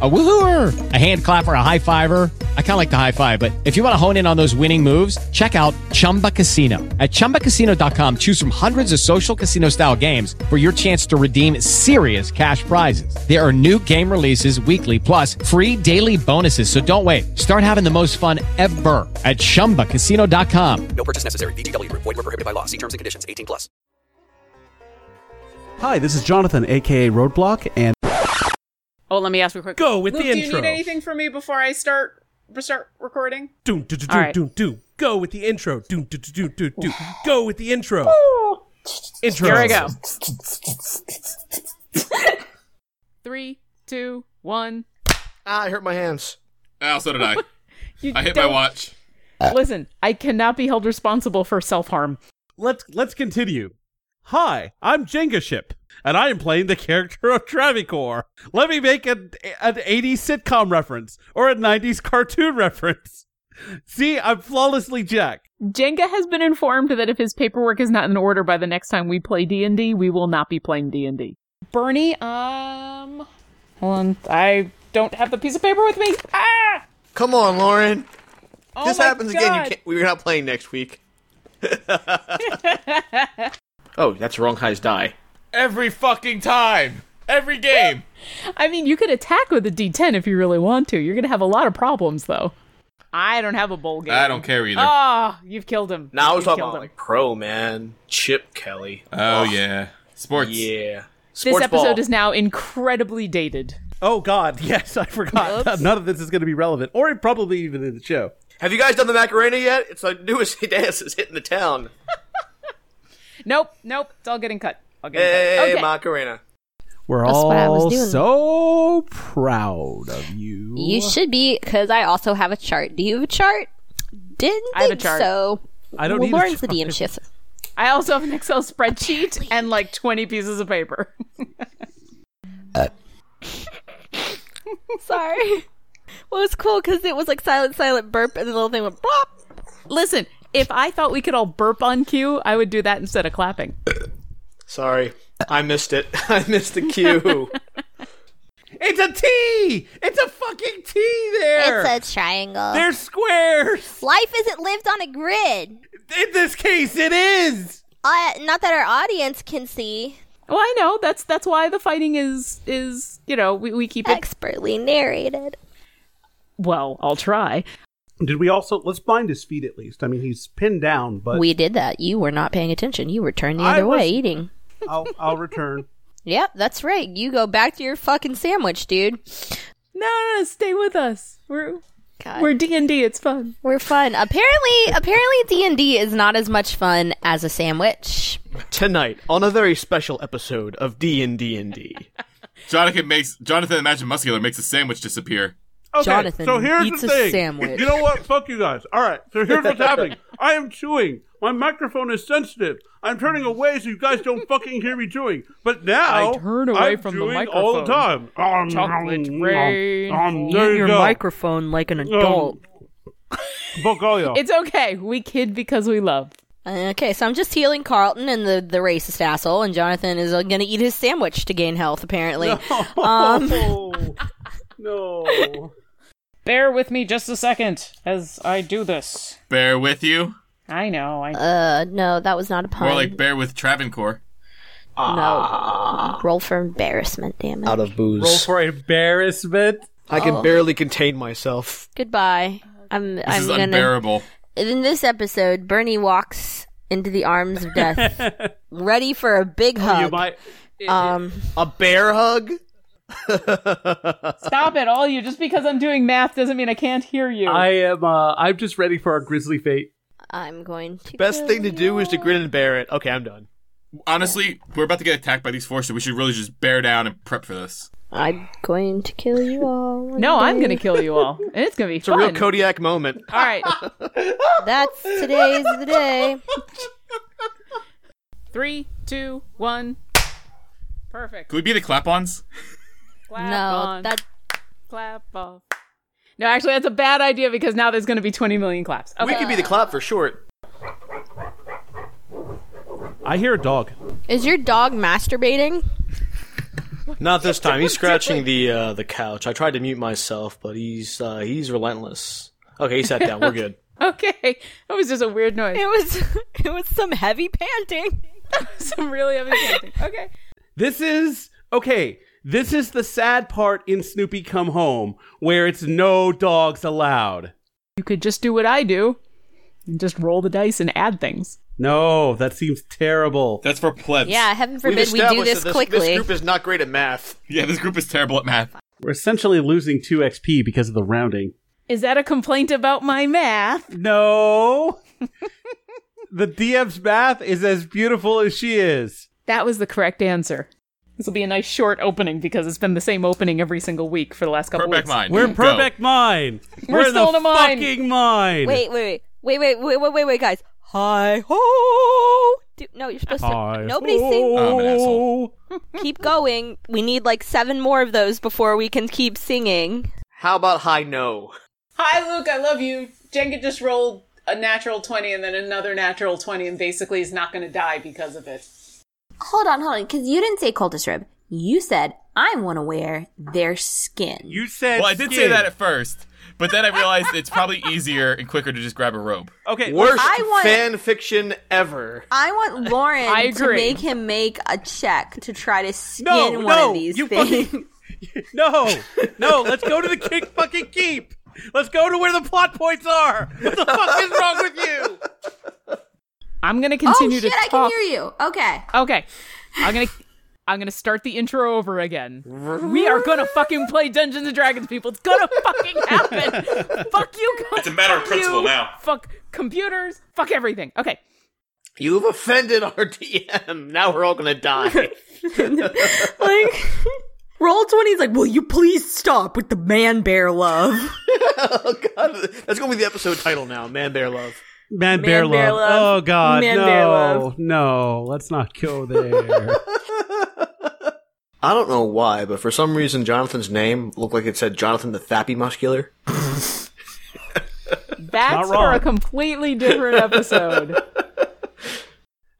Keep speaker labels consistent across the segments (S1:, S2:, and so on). S1: A woohooer, a hand clapper, a high fiver. I kind of like the high five, but if you want to hone in on those winning moves, check out Chumba Casino. At chumbacasino.com, choose from hundreds of social casino style games for your chance to redeem serious cash prizes. There are new game releases weekly, plus free daily bonuses. So don't wait. Start having the most fun ever at chumbacasino.com.
S2: No purchase necessary. VGW Group. Void were prohibited by law. See terms and conditions. 18 plus.
S3: Hi, this is Jonathan, aka Roadblock, and
S4: Oh, let me ask real quick.
S5: Go with
S4: Luke,
S5: the
S4: Do you
S5: intro.
S4: need anything from me before I start start recording?
S5: Doom, do, do,
S4: All right.
S5: do, do, do. Go with the intro. Doom, do, do, do, do, do. Go with the intro. intro.
S4: Here I go. Three, two, one.
S6: Ah, I hurt my hands.
S7: Ah, so did I.
S4: You
S7: I hit my
S4: don't-
S7: watch.
S4: Listen, I cannot be held responsible for self harm.
S3: let's let's continue. Hi, I'm Jenga Ship, and I am playing the character of Travicor. Let me make an an 80s sitcom reference or a 90s cartoon reference. See, I'm flawlessly Jack.
S4: Jenga has been informed that if his paperwork is not in order by the next time we play D and D, we will not be playing D and D. Bernie, um, hold on, I don't have the piece of paper with me. Ah!
S6: Come on, Lauren.
S4: Oh
S6: this
S4: my
S6: happens again.
S4: God.
S6: You can't, we're not playing next week. oh, that's wrong highs die.
S7: Every fucking time. Every game.
S4: I mean, you could attack with a D10 if you really want to. You're gonna have a lot of problems, though. I don't have a bowl game.
S7: I don't care either.
S4: Ah, you've killed him.
S6: Now I was
S4: You've
S6: talking
S4: killed
S6: about
S4: him.
S6: like pro man, Chip Kelly.
S7: oh, yeah. Sports.
S6: Yeah.
S4: This
S6: Sports
S4: episode
S6: ball.
S4: is now incredibly dated.
S3: Oh God, yes, I forgot.
S4: Oops.
S3: None of this is going to be relevant, or probably even in the show.
S6: Have you guys done the Macarena yet? It's the newest dance is hitting the town.
S4: Nope, nope, it's all getting cut. All getting
S6: Hey,
S4: cut. Okay.
S6: Macarena.
S3: We're
S8: That's what I was
S3: all
S8: doing.
S3: so proud of you.
S8: You should be, because I also have a chart. Do you have a chart? Didn't
S4: I have a
S8: think
S4: chart.
S8: so.
S3: I don't
S8: well,
S3: need a
S8: Lauren's the
S3: chart.
S8: DM shift.
S4: I also have an Excel spreadsheet and like 20 pieces of paper.
S8: Sorry. Well, it's cool because it was like silent, silent burp, and the little thing went plop.
S4: Listen, if I thought we could all burp on cue, I would do that instead of clapping.
S6: Sorry, I missed it. I missed the cue.
S3: It's a T. It's a fucking T. There.
S8: It's a triangle.
S3: They're squares.
S8: Life isn't lived on a grid.
S3: In this case, it is.
S8: Uh, not that our audience can see.
S4: Well, I know that's that's why the fighting is is you know we, we keep it
S8: Expertly narrated.
S4: well. I'll try.
S3: Did we also let's bind his feet at least? I mean, he's pinned down, but
S8: we did that. You were not paying attention. You were turned the
S3: I
S8: other
S3: was-
S8: way, eating.
S3: I'll I'll return.
S8: Yep, that's right. You go back to your fucking sandwich, dude.
S4: No, no, no stay with us. We're
S8: God.
S4: we're D and D. It's fun.
S8: We're fun. Apparently, apparently D and D is not as much fun as a sandwich.
S6: Tonight, on a very special episode of D&D and D.
S7: Jonathan makes Jonathan the Magic Muscular makes a sandwich disappear.
S9: Okay,
S8: Jonathan
S9: so here's
S8: eats
S9: the
S8: a
S9: thing.
S8: sandwich.
S9: You know what? Fuck you guys. All right, so here's what's happening. I am chewing. My microphone is sensitive. I'm turning away so you guys don't fucking hear me chewing. But now
S4: I turn away
S9: I'm
S4: from the
S9: chewing all the
S4: microphone.
S9: time. Um,
S4: Chocolate
S9: um,
S4: rain.
S9: um, there you go. Um,
S8: microphone like an
S9: adult. Fuck all y'all.
S4: It's okay. We kid because we love.
S8: Okay, so I'm just healing Carlton and the, the racist asshole, and Jonathan is uh, going to eat his sandwich to gain health. Apparently, um,
S9: Oh, no.
S4: Bear with me just a second as I do this.
S7: Bear with you.
S4: I know. I
S8: uh, no, that was not a
S7: More
S8: pun.
S7: like bear with Travancore.
S8: no, roll for embarrassment. Damn it!
S6: Ah. Out of booze.
S3: Roll for embarrassment.
S6: I can barely contain myself.
S8: Goodbye. I'm
S7: This
S8: I'm
S7: is
S8: gonna
S7: unbearable.
S8: in this episode. Bernie walks into the arms of death, ready for a
S4: Oh,
S8: big hug.
S3: You might.
S8: um,
S6: A bear hug?
S4: Stop it, all you. Just because I'm doing math doesn't mean I can't hear you.
S3: I am. Uh, I'm just ready for our grisly fate.
S8: I'm going to.
S6: Best
S8: kill
S6: thing to do
S8: you.
S6: is to grin and bear it. Okay, I'm done.
S7: Honestly, we're about to get attacked by these forces. We should really just bear down and prep for this.
S8: I'm going to kill you all. one
S4: no, I'm
S8: day.
S4: gonna kill you all, and it's gonna be
S6: It's a real
S4: fun.
S6: Kodiak moment.
S4: all right,
S8: That's today's the day.
S4: three, two, one. Perfect.
S7: Could we be the clap-ons?
S4: Clap
S8: No,
S4: on.
S8: that
S4: clap off. No, actually, that's a bad idea because now there's gonna be 20 million claps. Okay.
S6: We could be the clap for short.
S3: I hear a dog.
S8: Is your dog masturbating?
S6: Not this time. He's scratching the uh, the couch. I tried to mute myself, but he's uh, he's relentless. Okay, he sat down. We're good.
S4: Okay. That was just a weird noise.
S8: It was it was some heavy panting.
S4: Some really heavy panting. Okay.
S3: This is okay. This is the sad part in Snoopy Come Home, where it's no dogs allowed.
S4: You could just do what I do and just roll the dice and add things.
S3: No, that seems terrible.
S7: That's for plebs.
S8: Yeah, heaven
S6: We've
S8: forbid we do
S6: established
S8: this,
S6: that this,
S8: quickly.
S6: this group is not great at math.
S7: Yeah, this group is terrible at math.
S3: We're essentially losing two XP because of the rounding.
S4: Is that a complaint about my math?
S3: No. the DM's math is as beautiful as she is.
S4: That was the correct answer. This will be a nice short opening because it's been the same opening every single week for the last couple
S7: Perfect
S4: weeks.
S7: mind.
S3: We're
S7: Go.
S3: perfect mine.
S4: We're
S3: We're
S4: still
S3: the
S4: in a mine.
S3: fucking mine.
S8: Wait, wait, wait, wait, wait, wait, wait, wait, guys. Hi ho! Do- No, you're supposed
S3: Hi,
S8: to. Nobody
S3: Oh,
S8: sing.
S7: I'm an
S3: ho.
S7: asshole.
S8: Keep going. We need like seven more of those before we can keep singing.
S6: How about high no?
S4: Hi, Luke. I love you. Jenga just rolled a natural 20 and then another natural 20 and basically is not going to die because of it.
S10: Hold on, hold on, because you didn't say cultist rib. You said I want to wear their skin.
S3: You said.
S7: Well, I did say
S3: skin.
S7: that at first, but then I realized it's probably easier and quicker to just grab a rope.
S3: okay.
S6: Worst
S10: I want-
S6: fan fiction ever.
S10: I want Lauren
S4: I
S10: to
S4: agree.
S10: make him make a check to try to skin
S3: No,
S10: one
S3: no,
S10: of these
S3: you
S10: things.
S3: fucking- No, no. Let's go to the kick fucking keep. Let's go to where the plot points are. What the fuck is wrong with you?
S4: I'm going to
S10: oh
S4: continue
S10: shit,
S4: to
S10: I
S4: talk.
S10: can hear you. Okay.
S4: Okay. I'm going to I'm going to start the intro over again. We are going to fucking play Dungeons and Dragons people. It's going to fucking happen. Fuck you guys.
S7: It's a matter of
S4: Fuck
S7: principle
S4: you.
S7: now.
S4: Fuck computers. Fuck everything. Okay.
S6: You've offended our DM. Now we're all gonna die.
S10: Like roll twenty is like, will you please stop with the man bear love?
S6: oh god, that's gonna be the episode title now. Man, bear, love.
S3: Man,
S10: bear bear love. love.
S3: Oh god,
S10: Man
S3: no,
S10: bear love.
S3: no. Let's not go there.
S6: I don't know why, but for some reason, Jonathan's name looked like it said Jonathan the Thappy Muscular.
S4: That's for a
S3: wrong.
S4: completely different episode.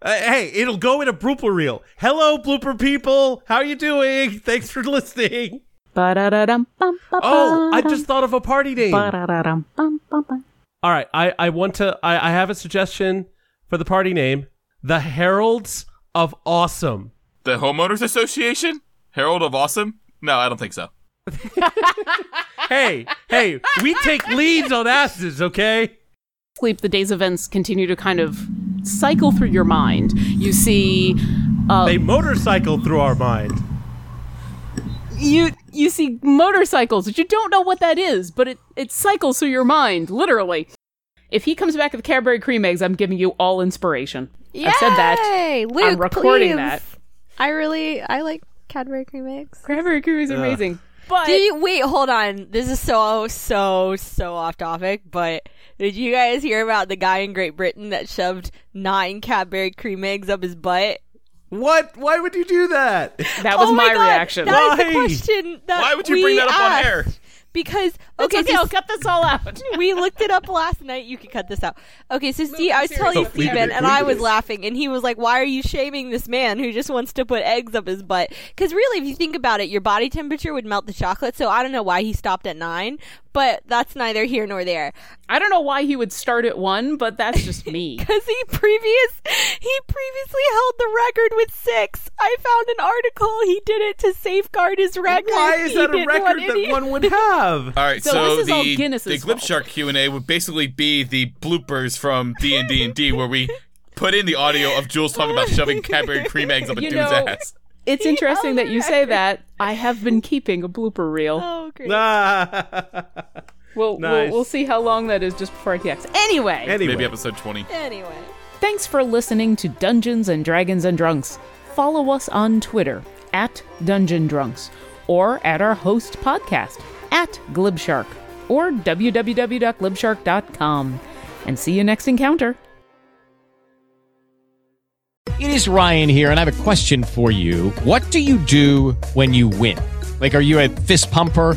S3: Uh, hey, it'll go in a blooper reel. Hello, blooper people. How you doing? Thanks for listening. Oh, I just thought of a party name. All
S5: right, I, I want to. I, I have a suggestion for the party name: the Heralds of Awesome.
S7: The homeowners association, Herald of Awesome. No, I don't think so.
S5: Hey, hey, we take leads on asses, okay?
S4: sleep, the day's events continue to kind of cycle through your mind. You see, uh,
S5: They motorcycle through our mind.
S4: you you see motorcycles that you don't know what that is, but it it cycles through your mind, literally. If he comes back with Cadbury cream eggs, I'm giving you all inspiration. I've said that.
S8: Yay! Luke,
S4: I'm recording
S8: please.
S4: that.
S8: I really I like Cadbury cream eggs.
S4: Cadbury cream eggs are amazing. But
S8: Did you wait? Hold on. This is so so so off topic, but did you guys hear about the guy in Great Britain that shoved nine Cadbury cream eggs up his butt?
S3: What? Why would you do that?
S4: that was
S8: Oh
S4: my,
S8: God,
S4: reaction.
S8: That is
S3: Why?
S8: the question. That
S7: Why would you
S8: we
S7: bring that up on air?
S8: asked. Because
S4: It's
S8: okay,
S4: okay,
S8: so
S4: I'll cut this all out.
S8: we looked it up last night. You can cut this out. Okay, so Steve, I was telling
S4: serious.
S8: Steven, and I was laughing, and he was like, "Why are you shaming this man who just wants to put eggs up his butt?" Because really, if you think about it, your body temperature would melt the chocolate. So I don't know why he stopped at nine, but that's neither here nor there.
S4: I don't know why he would start at one, but that's just me.
S8: Because he previous he previously held the record with six. I found an article he did it to safeguard his record.
S3: Why is
S8: He
S3: that a
S8: didn't want
S3: record
S8: any-
S3: that one would have?
S7: All right,
S4: So
S7: so,
S4: this is
S7: the
S4: all Guinness's
S7: the Glip
S4: fault.
S7: Shark Q and A would basically be the bloopers from D and D and D, where we put in the audio of Jules talking about shoving Cadbury cream eggs up a
S4: You
S7: dude's
S4: know-
S7: ass.
S4: It's interesting that you say that. I have been keeping a blooper reel.
S8: Oh, great.
S3: Ah.
S4: We'll,
S3: Nice.
S4: we'll we'll see how long that is just before I kicks. Anyway,
S3: anyway,
S7: Maybe episode twenty.
S8: Anyway.
S4: thanks for listening to Dungeons and Dragons and Drunks. Follow us on Twitter at Dungeon Drunks or at our host podcast at Glibshark or www.glibshark.com. And see you next encounter.
S1: It is Ryan here, and I have a question for you. What do you do when you win? Like, are you a fist pumper?